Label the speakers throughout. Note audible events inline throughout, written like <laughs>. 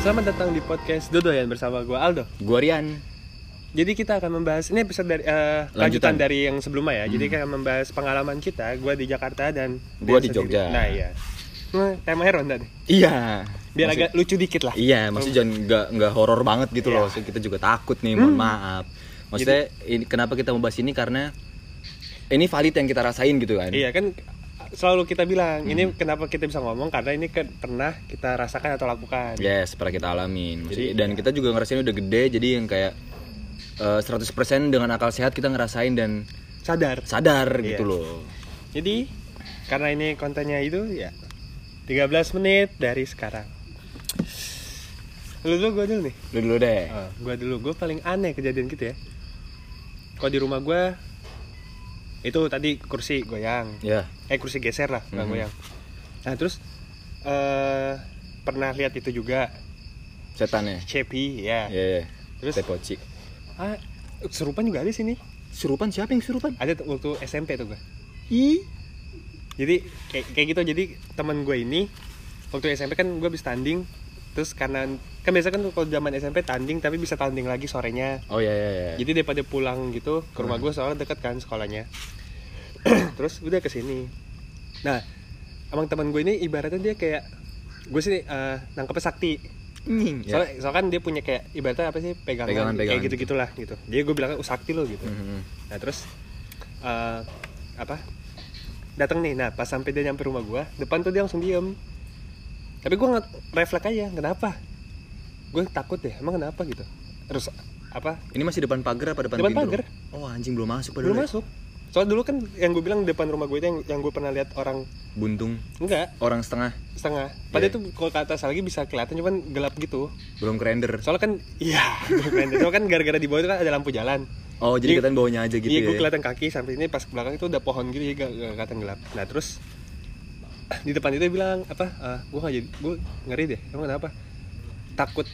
Speaker 1: Selamat datang di podcast Dodoyan bersama gue Aldo.
Speaker 2: Gua Rian.
Speaker 1: Jadi kita akan membahas ini episode dari eh, lanjutan
Speaker 2: Lanjutan. Hmm.
Speaker 1: dari yang sebelumnya ya. Jadi kita akan membahas pengalaman kita, gue di Jakarta dan
Speaker 2: Gua
Speaker 1: dia
Speaker 2: di
Speaker 1: sendiri.
Speaker 2: Jogja.
Speaker 1: Nah iya. Nah, temanya ronda nih.
Speaker 2: Iya.
Speaker 1: Biar
Speaker 2: Maksud-
Speaker 1: agak lucu dikit lah.
Speaker 2: Iya, maksudnya jangan nggak nggak horor banget gitu loh. Maksudnya kita juga takut nih, mohon maaf. Maksudnya ini, kenapa kita membahas ini karena ini valid yang kita rasain gitu kan.
Speaker 1: Iya kan selalu kita bilang ini
Speaker 2: Hmm.
Speaker 1: kenapa kita bisa ngomong karena ini kan pernah kita rasakan atau lakukan.
Speaker 2: Yes, pernah kita alamin. Maksudnya- dan kita juga ngerasain udah gede jadi yang kayak eh, 100% dengan akal sehat kita ngerasain dan
Speaker 1: Sadar.
Speaker 2: sadar gitu loh.
Speaker 1: Jadi karena ini kontennya itu ya 13 menit dari sekarang. Lu dulu gue dulu nih.
Speaker 2: Lu dulu deh.
Speaker 1: Ah, gua dulu, gue paling aneh kejadian gitu ya. Kalau di rumah gua itu tadi kursi goyang,
Speaker 2: Ya.
Speaker 1: eh kursi geser lah, nggak goyang. Nah terus eh pernah lihat itu juga
Speaker 2: Setan ya.
Speaker 1: Cepi ya.
Speaker 2: Iya. iya.
Speaker 1: Terus?
Speaker 2: Tepoci.
Speaker 1: Ah, serupan juga ada di sini.
Speaker 2: Surupan siapa yang surupan?
Speaker 1: Ada tuh waktu SMP tuh gua.
Speaker 2: I.
Speaker 1: Jadi kayak, kayak gitu. Jadi teman gue ini waktu SMP kan gue habis tanding terus karena kan biasa kan kalau zaman SMP tanding tapi bisa tanding lagi sorenya
Speaker 2: Oh iya iya iya. Nah.
Speaker 1: Jadi daripada pulang gitu ke rumah gue soalnya dekat kan sekolahnya. <clears throat> Terus udah ke sini. Nah, abang teman gue ini ibaratnya dia kayak gue sih eh nangkepnya sakti.
Speaker 2: Nying. Ya.
Speaker 1: Soalnya, soalnya kan dia punya kayak ibaratnya apa sih pegangan,
Speaker 2: Pegangan,
Speaker 1: kayak
Speaker 2: pegangan.
Speaker 1: gitu gitulah gitu. Jadi gue bilang oh, sakti lo gitu.
Speaker 2: Mhm.
Speaker 1: Nah terus eh apa? Datang nih. Nah pas sampai dia nyampe rumah gue, depan tuh dia langsung diem. Tapi gue nggak refleks aja. Kenapa? Gue takut deh. Emang kenapa gitu? Terus apa?
Speaker 2: Ini masih depan pagar apa depan,
Speaker 1: Depan
Speaker 2: pintu?
Speaker 1: pagar.
Speaker 2: Oh anjing belum masuk padahal.
Speaker 1: belum
Speaker 2: ya.
Speaker 1: masuk soalnya dulu kan yang gue bilang depan rumah gue itu yang yang gue pernah lihat orang
Speaker 2: Buntung
Speaker 1: enggak
Speaker 2: orang setengah
Speaker 1: setengah padahal
Speaker 2: Iya.
Speaker 1: itu kalau ke atas lagi bisa kelihatan cuman gelap gitu
Speaker 2: belum kerender.
Speaker 1: soalnya kan iya keren. soalnya kan gara-gara di bawah itu kan ada lampu jalan
Speaker 2: Oh
Speaker 1: Iya.
Speaker 2: jadi ketahuan bawahnya aja gitu
Speaker 1: iya gue
Speaker 2: ya.
Speaker 1: kelihatan kaki sampai ini pas ke belakang itu udah pohon gitu jadi gak, gak kelihatan gelap nah terus di depan itu dia bilang apa "Ah, gue nggak jadi gue ngeri deh emang kenapa takut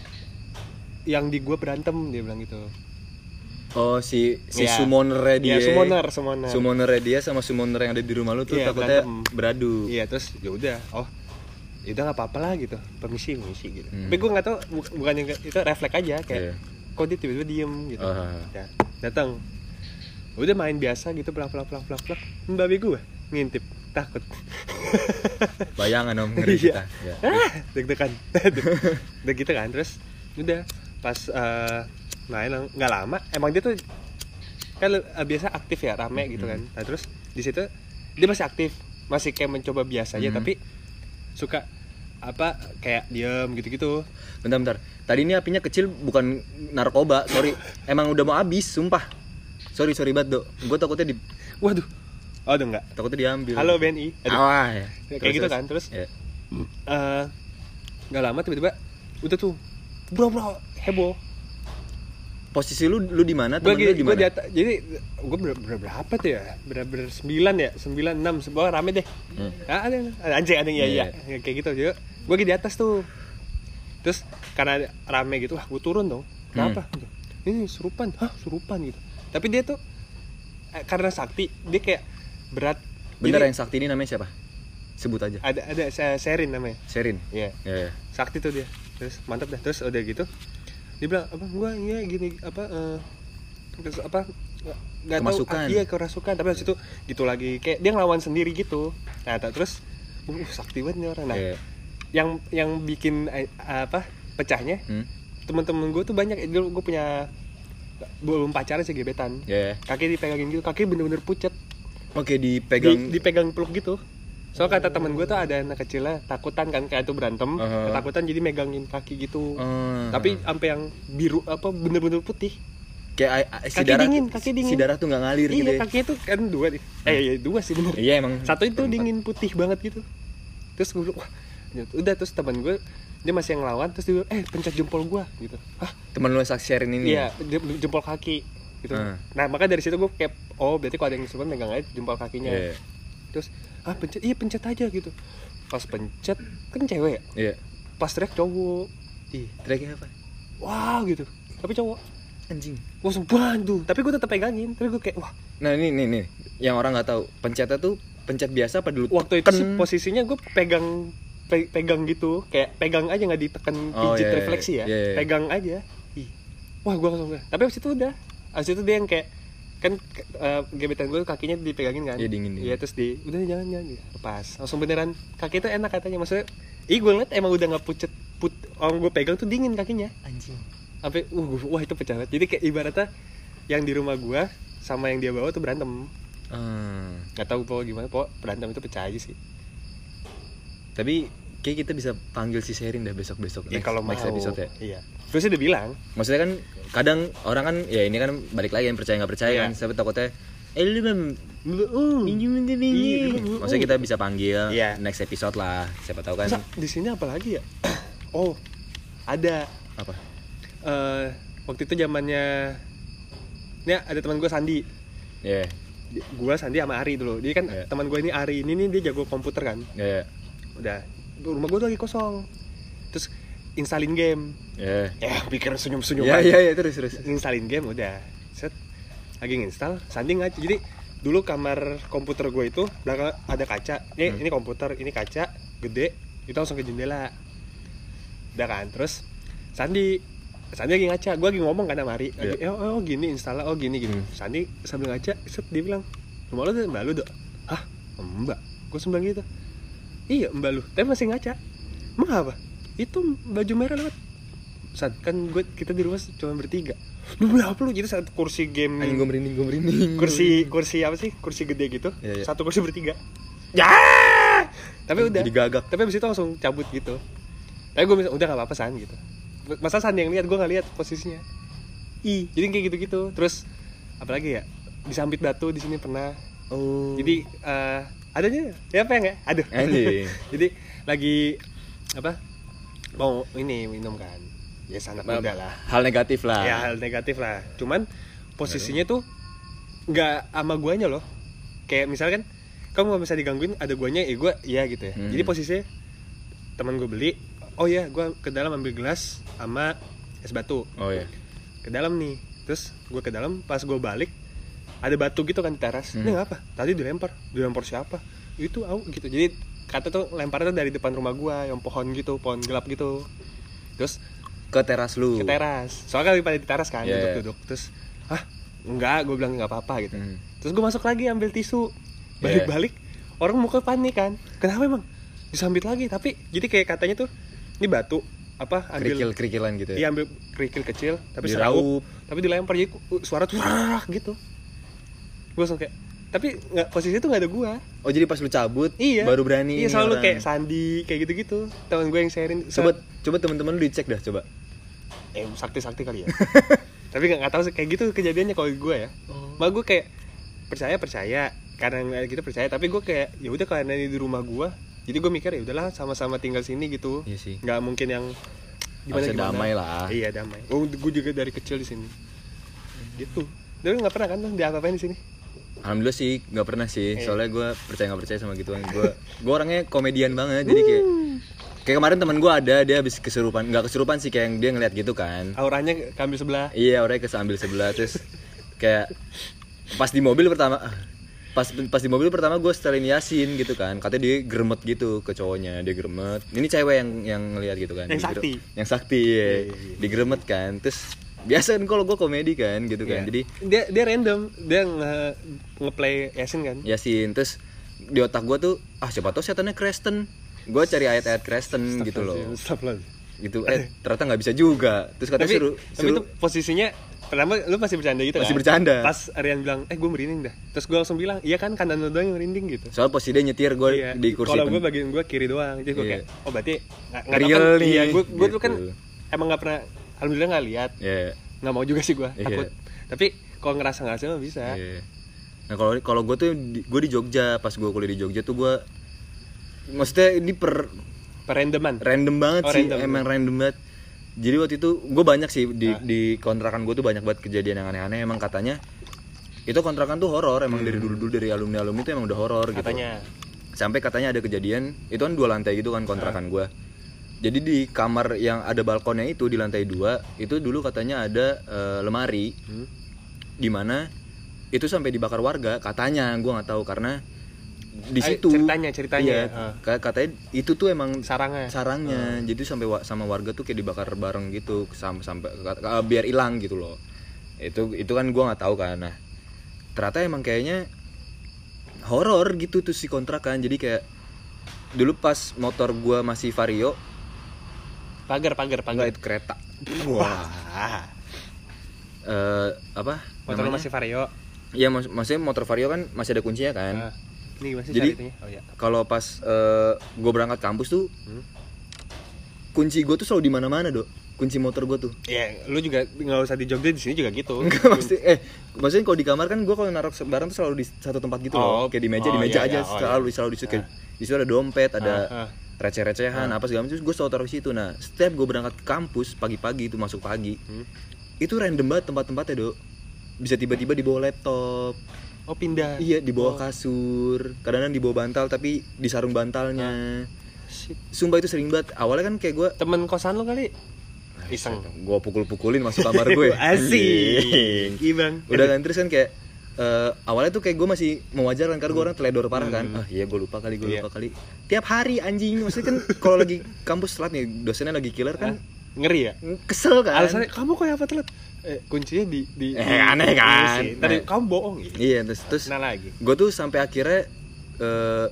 Speaker 1: yang di gue berantem dia bilang gitu
Speaker 2: Oh si si
Speaker 1: Iya.
Speaker 2: summoner dia.
Speaker 1: Iya, summoner, summoner.
Speaker 2: Summoner dia sama summoner yang ada di rumah lu tuh
Speaker 1: Iya,
Speaker 2: takutnya
Speaker 1: berantem.
Speaker 2: beradu.
Speaker 1: Iya terus ya udah oh ya udah nggak apa-apa lah gitu permisi permisi gitu.
Speaker 2: Hmm.
Speaker 1: Tapi gue nggak tahu bu- bukannya nggak- itu refleks aja kayak
Speaker 2: Iya.
Speaker 1: kok dia tiba-tiba diem gitu.
Speaker 2: Ah.
Speaker 1: Ya, datang udah main biasa gitu pelak pelak pelak pelak pelak babi gue ngintip takut <laughs>
Speaker 2: Bayangan om ngeri
Speaker 1: Iya.
Speaker 2: kita. Iya.
Speaker 1: Ah, deg-degan <laughs> udah gitu kan terus udah pas eh, main lang- nggak lama emang dia tuh kan eh, biasa aktif ya rame gitu kan nah terus di situ dia masih aktif masih kayak mencoba biasa aja
Speaker 2: Mhm.
Speaker 1: tapi suka apa kayak diem gitu-gitu
Speaker 2: Bentar bentar. Tadi ini apinya kecil bukan narkoba, sorry. Emang udah mau habis, sumpah. Sorry sorry banget, Dok. Gue takutnya di
Speaker 1: waduh oh aduh enggak
Speaker 2: takutnya diambil.
Speaker 1: halo BNI Aduh.
Speaker 2: Awah, ya.
Speaker 1: Kayak
Speaker 2: Terus,
Speaker 1: gitu kan, terus?
Speaker 2: Iya.
Speaker 1: Eh, nggak lama tiba-tiba udah tuh bro bro heboh
Speaker 2: Posisi lu lu di mana?
Speaker 1: gue
Speaker 2: Temen lu di mana?
Speaker 1: jadi gue ber, ber- berapa tuh ya ber, ber sembilan ya sembilan enam sebuah rame deh
Speaker 2: Hmm.
Speaker 1: Ah, ada ada anjing ada ya ya
Speaker 2: Iya,
Speaker 1: kayak gitu juga gue lagi di atas tuh terus karena ada- rame gitu wah gue turun dong
Speaker 2: Hmm.
Speaker 1: kenapa ini surupan hah surupan gitu tapi dia tuh eh, karena sakti dia kayak berat
Speaker 2: Bentar
Speaker 1: Jadi
Speaker 2: yang sakti ini namanya siapa? Sebut aja.
Speaker 1: ada ada Se- serin namanya
Speaker 2: Sherin.
Speaker 1: Iya
Speaker 2: Iya. iya.
Speaker 1: sakti tuh dia terus mantap dah terus udah gitu dia bilang apa gua iya gini apa eh, terus apa nggak- nggak tahu
Speaker 2: Kemasukan.
Speaker 1: ah, iya kerasukan tapi habis itu gitu lagi kayak dia ngelawan sendiri gitu nah tak- terus uh sakti banget nih orang nah
Speaker 2: Iya.
Speaker 1: yang yang bikin eh, apa pecahnya
Speaker 2: Hmm?
Speaker 1: temen-temen gue tuh banyak Eh, dulu gue punya belum pacaran sih gebetan
Speaker 2: Iya.
Speaker 1: kaki dipegangin gitu kaki bener-bener pucet
Speaker 2: Oke, dipegang
Speaker 1: Di- dipegang peluk gitu soalnya kata temen gue tuh ada anak kecilnya takutan kan kayak itu berantem
Speaker 2: Aha.
Speaker 1: ketakutan jadi megangin kaki gitu
Speaker 2: Eh,
Speaker 1: tapi sampai yang biru apa bener-bener putih
Speaker 2: kayak ai- ai- si
Speaker 1: Kaki
Speaker 2: darah
Speaker 1: dingin,
Speaker 2: tuh-
Speaker 1: kaki dingin.
Speaker 2: si darah tuh nggak ngalir gitu
Speaker 1: iya
Speaker 2: ya.
Speaker 1: kakinya tuh kan dua nih eh iya, dua sih bener
Speaker 2: Iya emang.
Speaker 1: satu itu
Speaker 2: Tempat.
Speaker 1: dingin putih banget gitu terus gue bilang wah udah terus teman gue dia masih yang ngelawan terus dia bilang, eh pencet jempol gue gitu ah
Speaker 2: Temen lu yang saksi Sherin ini.
Speaker 1: iya jem- jempol kaki gitu
Speaker 2: Hmm.
Speaker 1: nah maka dari situ gue kayak oh berarti kalau ada yang sebenarnya megang aja jempol kakinya
Speaker 2: Iya.
Speaker 1: terus ah pencet iya pencet aja gitu pas pencet kan cewek ya?
Speaker 2: Iya.
Speaker 1: pas teriak cowok
Speaker 2: Ih, teriaknya apa?
Speaker 1: wow gitu tapi cowok
Speaker 2: Anjing.
Speaker 1: gue langsung bantu tapi gue tetap pegangin tapi gue kayak wah
Speaker 2: Nah, ini nih nih yang orang nggak tahu, pencetnya tuh pencet biasa apa dulu?
Speaker 1: waktu itu sih posisinya gue pegang pe- pegang gitu kayak pegang aja nggak ditekan
Speaker 2: Oh,
Speaker 1: pijit
Speaker 2: iya, iya,
Speaker 1: refleksi ya
Speaker 2: iya, iya.
Speaker 1: pegang aja Ih, wah gue langsung kayak- tapi abis itu udah abis itu dia yang kayak kan ke- eh, gebetan gue kakinya dipegangin kan
Speaker 2: Iya, dingin, dingin.
Speaker 1: iya terus di udah jangan jangan dia lepas langsung beneran kaki itu enak katanya maksudnya ih gue ngeliat emang udah nggak pucet put orang gue pegang tuh dingin kakinya
Speaker 2: anjing
Speaker 1: sampai uh gua- wah itu pecah banget jadi kayak ibaratnya yang di rumah gue sama yang dia bawa tuh berantem
Speaker 2: Ah.
Speaker 1: nggak tahu po gimana po berantem itu pecah aja sih
Speaker 2: tapi kayak kita bisa panggil si Sherin dah besok besok
Speaker 1: ya kalau mau
Speaker 2: next episode ya
Speaker 1: iya terus dia udah bilang
Speaker 2: maksudnya kan kadang orang kan ya ini kan balik lagi yang percaya nggak percaya
Speaker 1: Iya.
Speaker 2: kan tapi takutnya eh lu mem minjem minjem
Speaker 1: Iya,
Speaker 2: minjem
Speaker 1: lu-
Speaker 2: maksudnya kita bisa panggil
Speaker 1: Iya.
Speaker 2: next episode lah siapa tahu kan
Speaker 1: Sa, di sini apa lagi ya <clears throat> oh ada
Speaker 2: apa
Speaker 1: Eh, waktu itu zamannya ini ada teman gue Sandi
Speaker 2: ya
Speaker 1: Di- gua Sandi sama Ari dulu dia kan
Speaker 2: Iya.
Speaker 1: teman gue ini Ari ini nih dia jago komputer kan
Speaker 2: ya
Speaker 1: udah rumah gue tuh lagi kosong terus installin game iya,
Speaker 2: ya
Speaker 1: ya pikir senyum senyum
Speaker 2: ya ya ya terus terus
Speaker 1: nginstalin game udah set lagi nginstal Sandi ngaca jadi dulu kamar komputer gue itu belakang ada kaca ini
Speaker 2: Hmm.
Speaker 1: ini komputer ini kaca gede itu langsung ke jendela udah kan terus Sandi Sandi lagi ngaca gue lagi ngomong kan sama Ari lagi, oh, oh, gini install oh gini gini
Speaker 2: Iya. Hmm.
Speaker 1: Sandi sambil ngaca set dia bilang rumah lu tuh mbak lu dok hah mbak gue sembang gitu iya mbak lu tapi masih ngaca emang apa itu baju merah lewat saat kan gue kita di rumah cuma bertiga <laughs> lu berapa lu jadi satu kursi game
Speaker 2: anjing gue merinding gue merinding
Speaker 1: Hmm. kursi kursi apa sih kursi gede gitu
Speaker 2: Iya, iya.
Speaker 1: satu kursi bertiga ya tapi udah
Speaker 2: Jadi gagak.
Speaker 1: tapi abis itu langsung cabut gitu tapi gue bisa udah gak apa-apa san gitu masa san yang lihat gue gak lihat posisinya i jadi kayak gitu-gitu terus apalagi ya disambit batu di sini pernah
Speaker 2: oh
Speaker 1: jadi eh adanya ya apa ya aduh
Speaker 2: Anjing.
Speaker 1: <laughs> jadi lagi apa mau ini minum kan ya sangat muda lah
Speaker 2: hal negatif lah
Speaker 1: ya hal negatif lah cuman posisinya tuh nggak sama guanya loh kayak misalkan kamu nggak bisa digangguin ada guanya ya gua ya gitu ya
Speaker 2: Hmm.
Speaker 1: jadi posisinya teman gue beli oh ya gua ke dalam ambil gelas sama es batu
Speaker 2: oh ya
Speaker 1: ke dalam nih terus gue ke dalam pas gue balik ada batu gitu kan di teras
Speaker 2: Hmm.
Speaker 1: ini apa tadi dilempar dilempar siapa itu au gitu jadi kata tuh lemparnya tuh dari depan rumah gua yang pohon gitu pohon gelap gitu terus
Speaker 2: ke teras lu
Speaker 1: ke teras soalnya kan lagi pada di teras kan
Speaker 2: Iya,
Speaker 1: duduk duduk terus ah enggak gue bilang nggak apa apa gitu
Speaker 2: Hmm. Iya.
Speaker 1: terus gue masuk lagi ambil tisu balik balik orang muka panik kan kenapa emang disambit lagi tapi jadi kayak katanya tuh ini batu apa ambil
Speaker 2: kerikil kerikilan gitu
Speaker 1: Iya ambil kerikil kecil tapi
Speaker 2: Diraup.
Speaker 1: seraup tapi dilempar jadi ku- uh, suara tuh "Wah," gitu. Gue langsung kayak tapi nggak posisi itu nggak ada gua.
Speaker 2: oh jadi pas lu cabut
Speaker 1: Iya.
Speaker 2: baru berani
Speaker 1: Iya
Speaker 2: ini
Speaker 1: selalu
Speaker 2: orang.
Speaker 1: kayak Sandi kayak gitu-gitu. Temen gue yang sharing.
Speaker 2: coba coba teman-teman lu dicek dah coba
Speaker 1: eh sakti-sakti kali
Speaker 2: <laughs>
Speaker 1: ya. tapi nggak nggak tahu sih, kayak gitu kejadiannya kalau gue ya. Mbak gue kayak percaya percaya karena nggak kita percaya tapi gue kayak ya udah karena ini di rumah gua jadi gue mikir ya udahlah sama-sama tinggal sini gitu
Speaker 2: Iya sih.
Speaker 1: nggak mungkin yang
Speaker 2: Harusnya damai lah.
Speaker 1: iya damai gue juga dari kecil di sini gitu tapi nggak pernah kan tuh diapa-apain di sini
Speaker 2: Alhamdulillah sih nggak pernah sih soalnya gue percaya nggak percaya sama gituan gue gue orangnya komedian banget jadi kayak kayak kemarin teman gue ada dia habis kesurupan nggak kesurupan sih kayak yang dia ngeliat gitu
Speaker 1: Hmm.
Speaker 2: kan
Speaker 1: auranya kambing sebelah
Speaker 2: iya orangnya kesambil sebelah terus kayak pas di mobil pertama pas pas di mobil pertama gue setelin Yasin gitu kan katanya dia geremet gitu ke cowoknya dia geremet ini cewek yang yang ngeliat gitu kan
Speaker 1: Yang
Speaker 2: Dia gere-
Speaker 1: sakti.
Speaker 2: yang sakti iya. digeremet kan terus biasa kan kalau gue komedi kan gitu kan
Speaker 1: Iya.
Speaker 2: jadi
Speaker 1: dia dia random dia nge ngeplay Yasin kan
Speaker 2: Yasin Ya terus di otak gue tuh ah siapa tau setannya Kristen gue cari ayat-ayat Kristen gitu loh
Speaker 1: Stop lah.
Speaker 2: gitu eh ternyata nggak bisa juga terus katanya
Speaker 1: Iya. tapi
Speaker 2: suruh
Speaker 1: tapi itu
Speaker 2: suruh
Speaker 1: posisinya pertama lu masih bercanda gitu
Speaker 2: Masih
Speaker 1: kan?
Speaker 2: bercanda.
Speaker 1: pas Rian bilang eh gue merinding dah terus gue langsung bilang iya kan kanan lu doang yang merinding gitu
Speaker 2: soal posisi dia nyetir gue
Speaker 1: Iya.
Speaker 2: di kursi
Speaker 1: kalau
Speaker 2: pen-
Speaker 1: gue bagian gue kiri doang jadi gue
Speaker 2: Iya.
Speaker 1: kayak oh berarti nggak nggak
Speaker 2: Real
Speaker 1: tahu kan-
Speaker 2: nih,
Speaker 1: iya gue gue tuh kan
Speaker 2: gitu.
Speaker 1: emang nggak pernah alhamdulillah nggak lihat
Speaker 2: Iya.
Speaker 1: nggak mau juga sih gue
Speaker 2: Iya.
Speaker 1: takut tapi kalau ngerasa ngerasa mah bisa
Speaker 2: Iya. Nah kalau kalau gue tuh gue di Jogja pas gue kuliah di Jogja tuh gue maksudnya ini per
Speaker 1: perendeman
Speaker 2: random banget
Speaker 1: Oh,
Speaker 2: sih
Speaker 1: random.
Speaker 2: emang random banget jadi waktu itu gue banyak sih di
Speaker 1: Ah.
Speaker 2: di kontrakan gue tuh banyak banget kejadian yang aneh-aneh emang katanya itu kontrakan tuh horor emang dari dulu-dulu dari alumni alumni itu emang udah horor gitu
Speaker 1: Hmm. katanya
Speaker 2: sampai katanya ada kejadian itu kan dua lantai gitu kan
Speaker 1: Ah.
Speaker 2: kontrakan gua jadi di kamar yang ada balkonnya itu di lantai dua itu dulu katanya ada eh, lemari
Speaker 1: Hmm.
Speaker 2: di mana itu sampai dibakar warga katanya gua nggak tahu karena di
Speaker 1: Ah,
Speaker 2: situ
Speaker 1: ceritanya, ceritanya,
Speaker 2: Iya.
Speaker 1: ah.
Speaker 2: Ka- katanya itu tuh emang
Speaker 1: sarangnya
Speaker 2: sarangnya
Speaker 1: Hmm.
Speaker 2: jadi sampai wa- sama warga tuh kayak dibakar bareng gitu sam- sampai ka- ka- biar hilang gitu loh itu itu kan gua nggak tahu kan nah ternyata emang kayaknya horor gitu tuh si kontrakan jadi kayak dulu pas motor gua masih vario
Speaker 1: pagar pagar pagar
Speaker 2: enggak itu kereta wah Eh, apa
Speaker 1: motor lu masih vario
Speaker 2: ya mak- maksudnya motor vario kan masih ada kuncinya kan
Speaker 1: Ah. ini gimana sih
Speaker 2: Jadi-
Speaker 1: ceritanya oh iya
Speaker 2: kalau pas eh, gua berangkat kampus tuh
Speaker 1: Hmm.
Speaker 2: kunci gua tuh selalu di mana-mana dok kunci motor gua tuh
Speaker 1: Ya, lu juga nggak usah di Jogja di sini juga gitu.
Speaker 2: <laughs> Enggak maksud eh maksudnya kalau di kamar kan gue kalau naruh se- barang tuh selalu di satu tempat gitu
Speaker 1: Oh,
Speaker 2: loh. Kayak di meja,
Speaker 1: oh,
Speaker 2: di meja
Speaker 1: iya,
Speaker 2: aja
Speaker 1: iya, oh,
Speaker 2: selalu selalu di situ. Kayak Di situ ada dompet, ada
Speaker 1: Ah, ah.
Speaker 2: receh-recehan, apa segala macam. Terus gue selalu taruh di situ. Nah, setiap gue berangkat ke kampus pagi-pagi itu masuk pagi,
Speaker 1: Hmm.
Speaker 2: itu random banget tempat-tempatnya dok. Bisa tiba-tiba di bawah laptop,
Speaker 1: Oh pindah.
Speaker 2: iya di bawah kasur, kadang-kadang di bawah bantal tapi di sarung bantalnya.
Speaker 1: Shit.
Speaker 2: Sumpah itu sering banget. Awalnya kan kayak gue
Speaker 1: Temen kosan lu kali?
Speaker 2: Nah,
Speaker 1: Iseng.
Speaker 2: gue pukul-pukulin masuk kamar
Speaker 1: <laughs>
Speaker 2: gue.
Speaker 1: Asik.
Speaker 2: Anjing.
Speaker 1: Ibang.
Speaker 2: udah kan terus kan kayak eh, awalnya tuh kayak gue masih mewajar kan karena gue orang teledor parah kan ah iya gue lupa kali gue
Speaker 1: Hmm. Iya.
Speaker 2: lupa kali tiap hari anjing maksudnya kan kalau lagi kampus telat nih dosennya lagi killer kan
Speaker 1: Ngeri ya?
Speaker 2: kesel kan
Speaker 1: Alasannya kamu kok apa telat? Eh, kuncinya di di
Speaker 2: Eh,
Speaker 1: di-
Speaker 2: aneh kan?
Speaker 1: di- Tadi
Speaker 2: Nah.
Speaker 1: kamu bohong ya.
Speaker 2: iya terus terus
Speaker 1: Nah lagi.
Speaker 2: gue tuh sampai akhirnya eh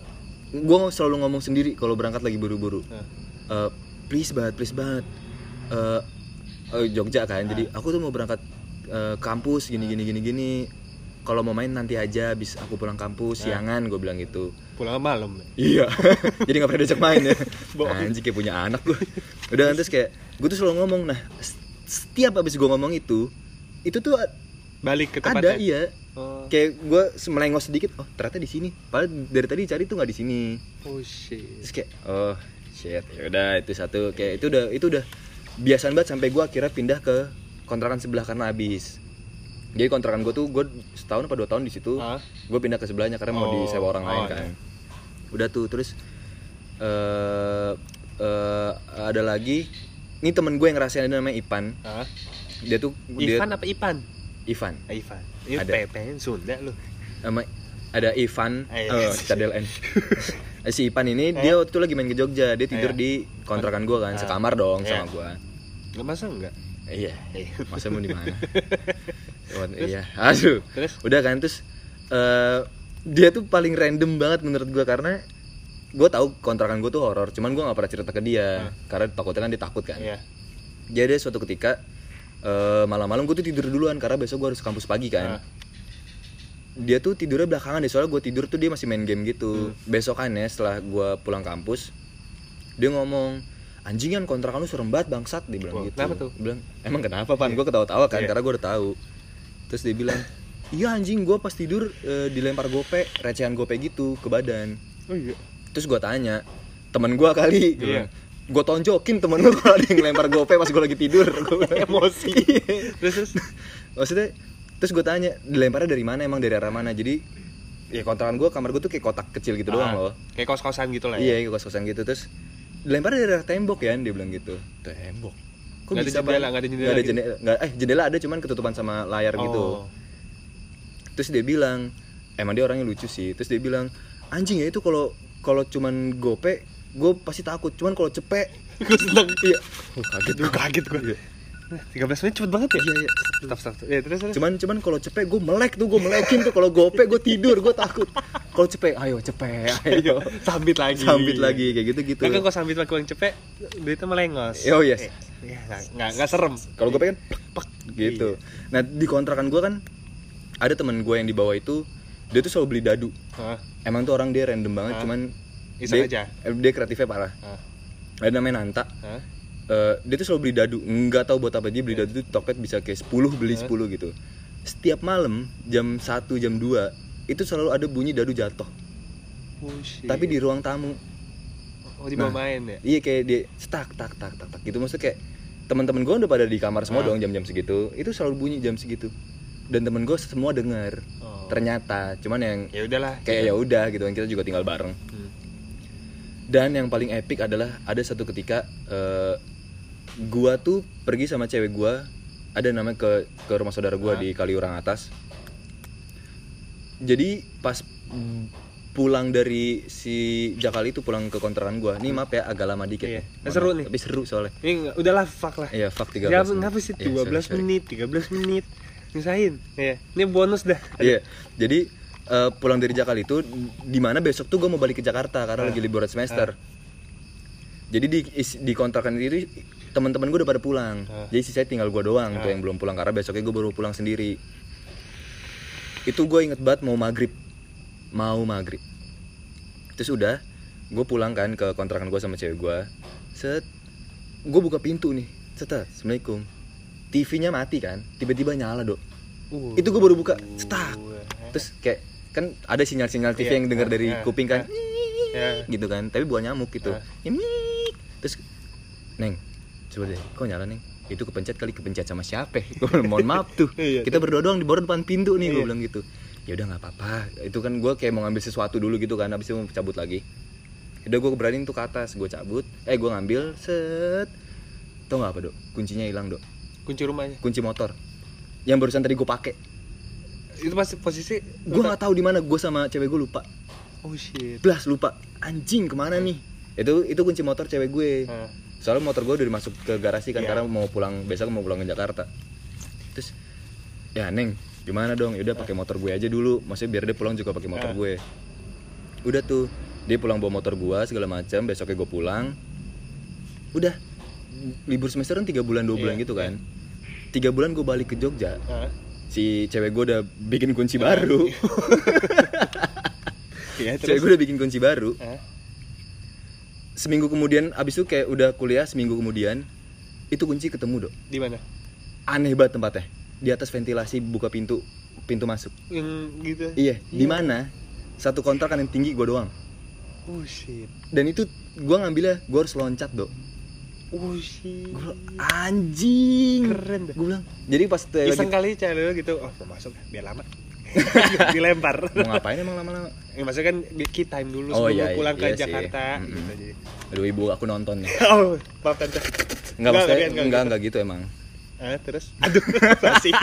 Speaker 2: gue selalu ngomong sendiri kalau berangkat lagi buru-buru
Speaker 1: Nah.
Speaker 2: Eh, please banget please banget Eh, eh, Jogja kan jadi aku tuh mau berangkat eh, kampus gini gini gini gini kalau mau main nanti aja bis aku pulang kampus siangan gue bilang gitu
Speaker 1: Pulang malam.
Speaker 2: Iya. <laughs> Jadi nggak pernah diajak main ya.
Speaker 1: Bohong.
Speaker 2: Anjing kayak punya anak gue. Udah kan, terus kayak gue tuh selalu ngomong nah s- setiap abis gue ngomong itu itu tuh a-
Speaker 1: Balik ke tempatnya.
Speaker 2: ada iya
Speaker 1: Oh,
Speaker 2: kayak gue melengos sedikit oh ternyata di sini padahal dari tadi cari tuh nggak di sini
Speaker 1: oh shit.
Speaker 2: terus kayak oh shit yaudah itu satu kayak itu udah itu udah biasaan banget sampai gue akhirnya pindah ke kontrakan sebelah karena abis jadi kontrakan gue tuh gue setahun apa dua tahun di situ
Speaker 1: Hah?
Speaker 2: gue pindah ke sebelahnya karena mau
Speaker 1: Oh,
Speaker 2: disewa orang
Speaker 1: oh,
Speaker 2: lain
Speaker 1: iya.
Speaker 2: kan udah tuh terus eh eh, ada lagi ini temen gue yang ngerasain ada namanya Ipan
Speaker 1: Hah?
Speaker 2: dia tuh dia
Speaker 1: Ivan apa Ipan?
Speaker 2: Ivan
Speaker 1: Eh, Ivan. Ini
Speaker 2: Ada.
Speaker 1: pepen Sunda lu.
Speaker 2: sama ada Ivan
Speaker 1: Eh,
Speaker 2: eh, Citadel
Speaker 1: <laughs>
Speaker 2: N. si Ivan ini dia waktu itu lagi main ke Jogja dia tidur
Speaker 1: Iya.
Speaker 2: di kontrakan gue
Speaker 1: Ah.
Speaker 2: kan sekamar dong
Speaker 1: Iya.
Speaker 2: sama gue
Speaker 1: Enggak masa enggak?
Speaker 2: iya masa mau di mana
Speaker 1: <laughs>
Speaker 2: Wan- iya aduh
Speaker 1: Terus?
Speaker 2: udah kan terus eh, dia tuh paling random banget menurut gue karena gue tahu kontrakan gue tuh horor cuman gue nggak pernah cerita ke dia karena takutnya kan dia takut kan
Speaker 1: Hmm. Iya.
Speaker 2: jadi ada suatu ketika eh, malam-malam gue tuh tidur duluan karena besok gue harus kampus pagi kan.
Speaker 1: Ah.
Speaker 2: Dia tuh tidurnya belakangan deh soalnya gue tidur tuh dia masih main game gitu.
Speaker 1: Hmm.
Speaker 2: Besokannya setelah gue pulang kampus dia ngomong anjingan kontrakan lu serem banget bangsat dia bilang
Speaker 1: Wah,
Speaker 2: gitu.
Speaker 1: kenapa tuh?
Speaker 2: Dia bilang emang kenapa pan? Gue ketawa-tawa kan
Speaker 1: Iya.
Speaker 2: karena gue udah tahu. Terus dia bilang iya anjing gue pas tidur eh, dilempar gope recehan gope gitu ke badan
Speaker 1: Oh iya.
Speaker 2: terus gue tanya temen gue kali
Speaker 1: Iya.
Speaker 2: gue tonjokin temen lu <laughs> kalau ada yang lempar gope pas gue lagi tidur Gua bilang.
Speaker 1: <laughs> Emosi.
Speaker 2: <laughs> Iya.
Speaker 1: Terus terus
Speaker 2: maksudnya terus gue tanya dilemparnya dari mana emang dari arah mana jadi ya kontrakan gue kamar gue tuh kayak kotak kecil gitu doang
Speaker 1: Ah,
Speaker 2: loh
Speaker 1: Kayak kos-kosan gitu lah ya.
Speaker 2: iya kayak kos-kosan gitu terus dilemparnya dari arah tembok ya dia bilang gitu tembok
Speaker 1: Nggak ada
Speaker 2: Bang?
Speaker 1: jendela, nggak ada jendela
Speaker 2: Nggak
Speaker 1: gitu?
Speaker 2: jendela- nggak- eh jendela ada cuman ketutupan sama layar gitu
Speaker 1: Oh.
Speaker 2: terus dia bilang emang dia orangnya lucu sih terus dia bilang anjing ya itu kalau kalau cuman gope gue pasti takut cuman kalau cepek <laughs>
Speaker 1: Gue seneng.
Speaker 2: iya oh, kaget
Speaker 1: Aduh kaget gue.
Speaker 2: Iya.
Speaker 1: 13 menit cepet banget ya?
Speaker 2: Iya, iya.
Speaker 1: Stop, stop, stop. Ya, terus, terus.
Speaker 2: cuman cuman kalau cepek gue melek tuh gue melekin tuh kalau gope gue tidur gue takut kalau cepek ayo cepek <laughs> ayo
Speaker 1: sambit lagi.
Speaker 2: sambit lagi kayak gitu gitu
Speaker 1: Kagak kok sambit pakai uang cepet, duitnya melengos.
Speaker 2: Oh, yes.
Speaker 1: Ya, nggak nggak nggak serem.
Speaker 2: kalau gope kan
Speaker 1: Pek. Iya.
Speaker 2: gitu nah di kontrakan gue kan ada teman gue yang di bawah itu dia tuh selalu beli dadu
Speaker 1: Hah?
Speaker 2: emang tuh orang dia random banget
Speaker 1: Hah?
Speaker 2: cuman
Speaker 1: Iseng
Speaker 2: dia,
Speaker 1: aja.
Speaker 2: eh, dia kreatifnya parah
Speaker 1: Hah?
Speaker 2: ada namanya Nanta
Speaker 1: Hah?
Speaker 2: Eh, dia tuh selalu beli dadu nggak tahu buat apa dia
Speaker 1: Iya.
Speaker 2: beli dadu tuh Tokped bisa kayak 10 beli 10 gitu setiap malam jam 1 jam 2 itu selalu ada bunyi dadu jatuh
Speaker 1: Oh, shit.
Speaker 2: tapi di ruang tamu
Speaker 1: oh, di bawah
Speaker 2: Nah.
Speaker 1: main ya.
Speaker 2: iya kayak dia tak tak tak tak tak gitu maksudnya kayak teman-teman gue udah pada di kamar
Speaker 1: Ah.
Speaker 2: semua dong jam-jam segitu itu selalu bunyi jam segitu dan temen gue semua dengar
Speaker 1: Oh.
Speaker 2: ternyata cuman yang
Speaker 1: Ya udahlah.
Speaker 2: kayak ya udah gitu kan kita juga tinggal bareng
Speaker 1: Hmm.
Speaker 2: Dan yang paling epic adalah ada satu ketika eh, gua tuh pergi sama cewek gua ada namanya ke ke rumah
Speaker 1: Ah.
Speaker 2: saudara gua di Kaliurang atas. Jadi pas mm, pulang dari si Jakal itu pulang ke kontrakan gua. Nih maaf ya agak lama dikit.
Speaker 1: Iya.
Speaker 2: Mohon
Speaker 1: Seru
Speaker 2: maaf.
Speaker 1: nih.
Speaker 2: Tapi seru soalnya.
Speaker 1: Ini nggak- udahlah fuck lah.
Speaker 2: Iya, fuck 13.
Speaker 1: Jangan
Speaker 2: menit.
Speaker 1: ngapa sih
Speaker 2: Iya, sorry,
Speaker 1: 12
Speaker 2: sorry.
Speaker 1: menit, 13 menit. Nyusahin. Iya. Ini bonus dah.
Speaker 2: Iya. Jadi eh, pulang dari Jakarta itu di mana besok tuh gue mau balik ke Jakarta karena lagi liburan semester. Jadi di is- di kontrakan itu teman-teman gue udah pada pulang. Jadi sisanya tinggal gue doang tuh yang belum pulang karena besoknya gue baru pulang sendiri. Itu gue inget banget mau maghrib, mau maghrib. Terus udah gue pulang kan ke kontrakan gue sama cewek gue. Set, gue buka pintu nih. Set, assalamualaikum. TV-nya mati kan, tiba-tiba nyala dok
Speaker 1: Uh.
Speaker 2: itu gue baru buka cetak terus kayak kan ada sinyal-sinyal TV yang denger dari
Speaker 1: ya. iya,
Speaker 2: kuping kan
Speaker 1: Iya.
Speaker 2: gitu kan tapi buah nyamuk gitu Ya, miik. terus neng coba deh kok nyala neng itu kepencet kali kepencet sama siapa <laughs> gue mohon maaf tuh
Speaker 1: Iya.
Speaker 2: kita berdua doang di bawah depan pintu nih gue bilang gitu ya udah nggak apa-apa itu kan gue kayak mau ngambil sesuatu dulu gitu kan habis itu mau cabut lagi Ya udah gue beraniin tuh ke atas gue cabut eh gue ngambil set tau nggak apa dok kuncinya hilang dok
Speaker 1: Kunci rumahnya.
Speaker 2: kunci motor yang barusan tadi gue pakai
Speaker 1: Itu pas posisi
Speaker 2: gue nggak tahu di mana gue sama cewek gue lupa
Speaker 1: oh shit.
Speaker 2: blas lupa anjing kemana nih itu itu kunci motor cewek gue
Speaker 1: Heeh.
Speaker 2: soalnya motor gue udah masuk ke garasi
Speaker 1: Hmm. Iya.
Speaker 2: kan karena mau pulang besok mau pulang ke Jakarta terus ya neng gimana dong yaudah pakai motor gue aja dulu maksudnya biar dia pulang juga pakai motor gue udah tuh dia pulang bawa motor gue segala macam besoknya gue pulang udah libur semester kan tiga bulan dua bulan gitu kan tiga bulan gue balik ke Jogja
Speaker 1: Heeh.
Speaker 2: si cewek gue udah bikin kunci baru
Speaker 1: Iya,
Speaker 2: cewek
Speaker 1: terus.
Speaker 2: gue udah bikin kunci baru
Speaker 1: Heeh.
Speaker 2: seminggu kemudian abis itu kayak udah kuliah seminggu kemudian itu kunci ketemu dok
Speaker 1: Di mana?
Speaker 2: aneh banget tempatnya di atas ventilasi buka pintu pintu masuk
Speaker 1: Yang gitu.
Speaker 2: iya di mana satu kontrakan yang tinggi gue doang
Speaker 1: Oh shit.
Speaker 2: dan itu gue ngambilnya gue harus loncat dok
Speaker 1: Oh shit.
Speaker 2: gue anjing
Speaker 1: Keren dah.
Speaker 2: gue bilang jadi pas eh, lagi
Speaker 1: Iseng kali cari lu gitu. Oh, mau masuk biar lama. Dilempar.
Speaker 2: <laughs> mau ngapain emang lama-lama
Speaker 1: Yang maksudnya kan key time dulu
Speaker 2: Oh,
Speaker 1: sebelum
Speaker 2: iya,
Speaker 1: lu pulang
Speaker 2: iya
Speaker 1: ke
Speaker 2: sih.
Speaker 1: Jakarta
Speaker 2: Mm-mm.
Speaker 1: gitu <laughs> jadi.
Speaker 2: aduh ibu aku nonton nih
Speaker 1: Oh, maaf tante.
Speaker 2: nggak maksudnya
Speaker 1: enggak,
Speaker 2: nggak nggak gitu emang
Speaker 1: Ah, terus <laughs> aduh, masih.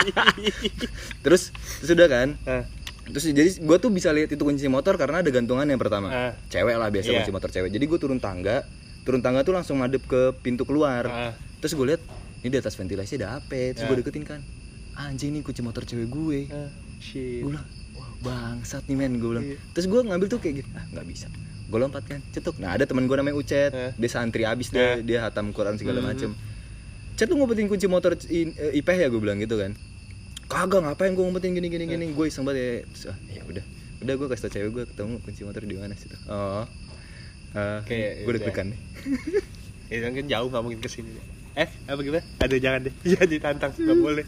Speaker 1: <laughs>
Speaker 2: terus sudah kan
Speaker 1: Ah,
Speaker 2: terus jadi gue tuh bisa lihat itu kunci motor karena ada gantungan yang pertama
Speaker 1: Ah.
Speaker 2: cewek lah biasa
Speaker 1: Iya.
Speaker 2: kunci motor cewek jadi gue turun tangga turun tangga tuh langsung madep ke pintu keluar
Speaker 1: Ah.
Speaker 2: terus gue lihat ini di atas ventilasi ada apa terus
Speaker 1: Ya.
Speaker 2: gue deketin kan anjing nih kunci motor cewek gue
Speaker 1: ah,
Speaker 2: gue
Speaker 1: shit.
Speaker 2: bilang wah bangsat nih men gue bilang
Speaker 1: Iya.
Speaker 2: terus gue ngambil tuh kayak gitu ah nggak bisa gue lompat kan cetuk nah ada teman gue namanya Ucet
Speaker 1: Eh.
Speaker 2: dia santri abis
Speaker 1: Eh.
Speaker 2: deh dia hatam Quran
Speaker 1: Hmm.
Speaker 2: segala macem Cet lu ngumpetin kunci motor in- eh, Ipeh ya gue bilang gitu kan kagak ngapain gue ngumpetin gini gini
Speaker 1: Iya.
Speaker 2: gini gue iseng banget ya Terus, ah, ya udah udah gue kasih tau cewek gue ketemu kunci motor di mana situ oh Eh,
Speaker 1: Oke, udah.
Speaker 2: gue deg-degan nih
Speaker 1: Ya kan jauh nggak mungkin kesini. Eh, apa gimana? Ada jangan deh. <laughs> Jadi tantang nggak boleh.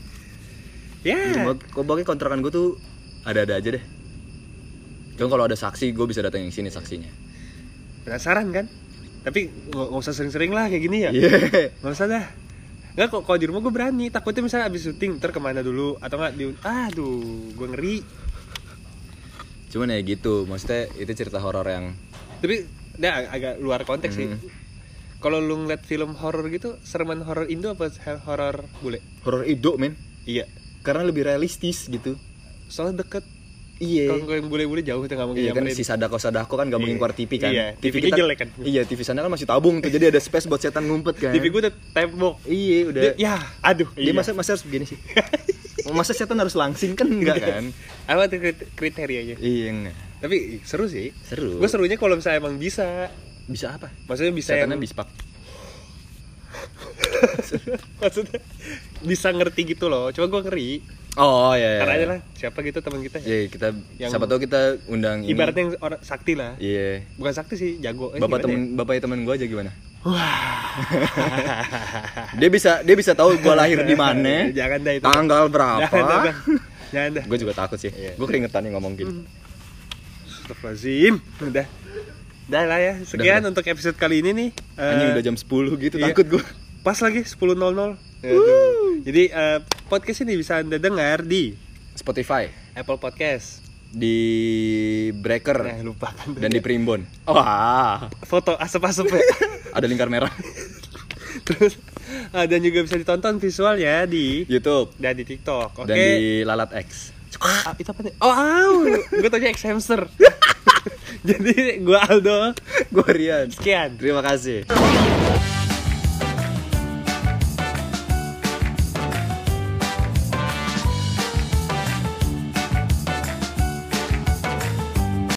Speaker 1: Ya.
Speaker 2: Kok pokoknya kontrakan gue tuh ada-ada aja deh Cuma kalau ada saksi, gue bisa datang ke sini saksinya.
Speaker 1: Penasaran kan? Tapi nggak nggak usah sering-sering lah kayak gini ya.
Speaker 2: Iya.
Speaker 1: Nggak usah dah. Nggak kok kalau di rumah gue berani. Takutnya misalnya abis syuting ntar kemana dulu atau nggak di aduh gue ngeri.
Speaker 2: Cuman ya gitu, maksudnya itu cerita horor yang
Speaker 1: Tapi nah, ag- agak luar konteks sih. Kalau lu ngeliat film horor gitu, sereman horor Indo apa horor bule?
Speaker 2: horor ido men.
Speaker 1: Iya.
Speaker 2: Karena lebih realistis gitu.
Speaker 1: Soalnya deket.
Speaker 2: Iya.
Speaker 1: Kalau yang bule-bule jauh tuh nggak mungkin
Speaker 2: Iya kan
Speaker 1: nyamperin.
Speaker 2: si sadako sadako kan gak mungkin
Speaker 1: Iya.
Speaker 2: keluar TV kan.
Speaker 1: Iya, TV-nya jelek kan.
Speaker 2: Iya, TV sana kan masih tabung tuh jadi ada space buat setan ngumpet kan.
Speaker 1: TV gue udah tembok.
Speaker 2: Iya, udah.
Speaker 1: Dia- ya, aduh.
Speaker 2: Dia masa masa harus begini sih. <laughs> masa setan harus langsing kan enggak
Speaker 1: Iya.
Speaker 2: kan?
Speaker 1: apa tuh krit- kriterianya?
Speaker 2: Iya, enggak.
Speaker 1: Tapi seru sih.
Speaker 2: Seru.
Speaker 1: Gue serunya kalau misalnya emang bisa.
Speaker 2: Bisa apa?
Speaker 1: Maksudnya bisa
Speaker 2: Setannya
Speaker 1: yang-
Speaker 2: bispak.
Speaker 1: <laughs> maksudnya bisa ngerti gitu loh. Coba gue ngeri.
Speaker 2: Oh iya. iya.
Speaker 1: Karena aja lah siapa gitu teman kita.
Speaker 2: Iya, kita
Speaker 1: Yang-
Speaker 2: siapa tahu kita undang ini.
Speaker 1: Ibaratnya yang orang sakti lah.
Speaker 2: Iya.
Speaker 1: Bukan sakti sih, jago. Eh, gimana
Speaker 2: Bapak
Speaker 1: ya?
Speaker 2: temen, bapak temen gue aja gimana? dia bisa dia bisa tahu gue lahir di mana
Speaker 1: <laughs> Jangan dah itu.
Speaker 2: tanggal
Speaker 1: Jangan dah. Iya. Hmm.
Speaker 2: berapa
Speaker 1: Bang. Jangan dah.
Speaker 2: gue juga takut sih gue keringetan nih ngomong gitu
Speaker 1: Astagfirullahaladzim. Udah. Udah lah ya. Sekian
Speaker 2: udah.
Speaker 1: untuk episode kali ini nih. Eh,
Speaker 2: anjing udah jam 10 gitu
Speaker 1: iya.
Speaker 2: takut gue
Speaker 1: Pas lagi 10.00.
Speaker 2: Iya,
Speaker 1: Aduh. Jadi eh, podcast ini bisa Anda dengar di
Speaker 2: Spotify
Speaker 1: Apple Podcast.
Speaker 2: di
Speaker 1: Nah,
Speaker 2: breaker
Speaker 1: lupa kan.
Speaker 2: dan di primbon wah
Speaker 1: foto
Speaker 2: <laughs>
Speaker 1: asap-asap ya.
Speaker 2: ada lingkar merah <laughs>
Speaker 1: Terus eh, dan juga bisa ditonton visualnya di
Speaker 2: YouTube
Speaker 1: dan di TikTok. Oke.
Speaker 2: Iya. dan di lalat X <laughs>
Speaker 1: Ah, itu apa nih? Oh, au. Gue tanya ex hamster. <laughs> jadi gua Aldo
Speaker 2: Gue Rian.
Speaker 1: sekian
Speaker 2: Terima kasih.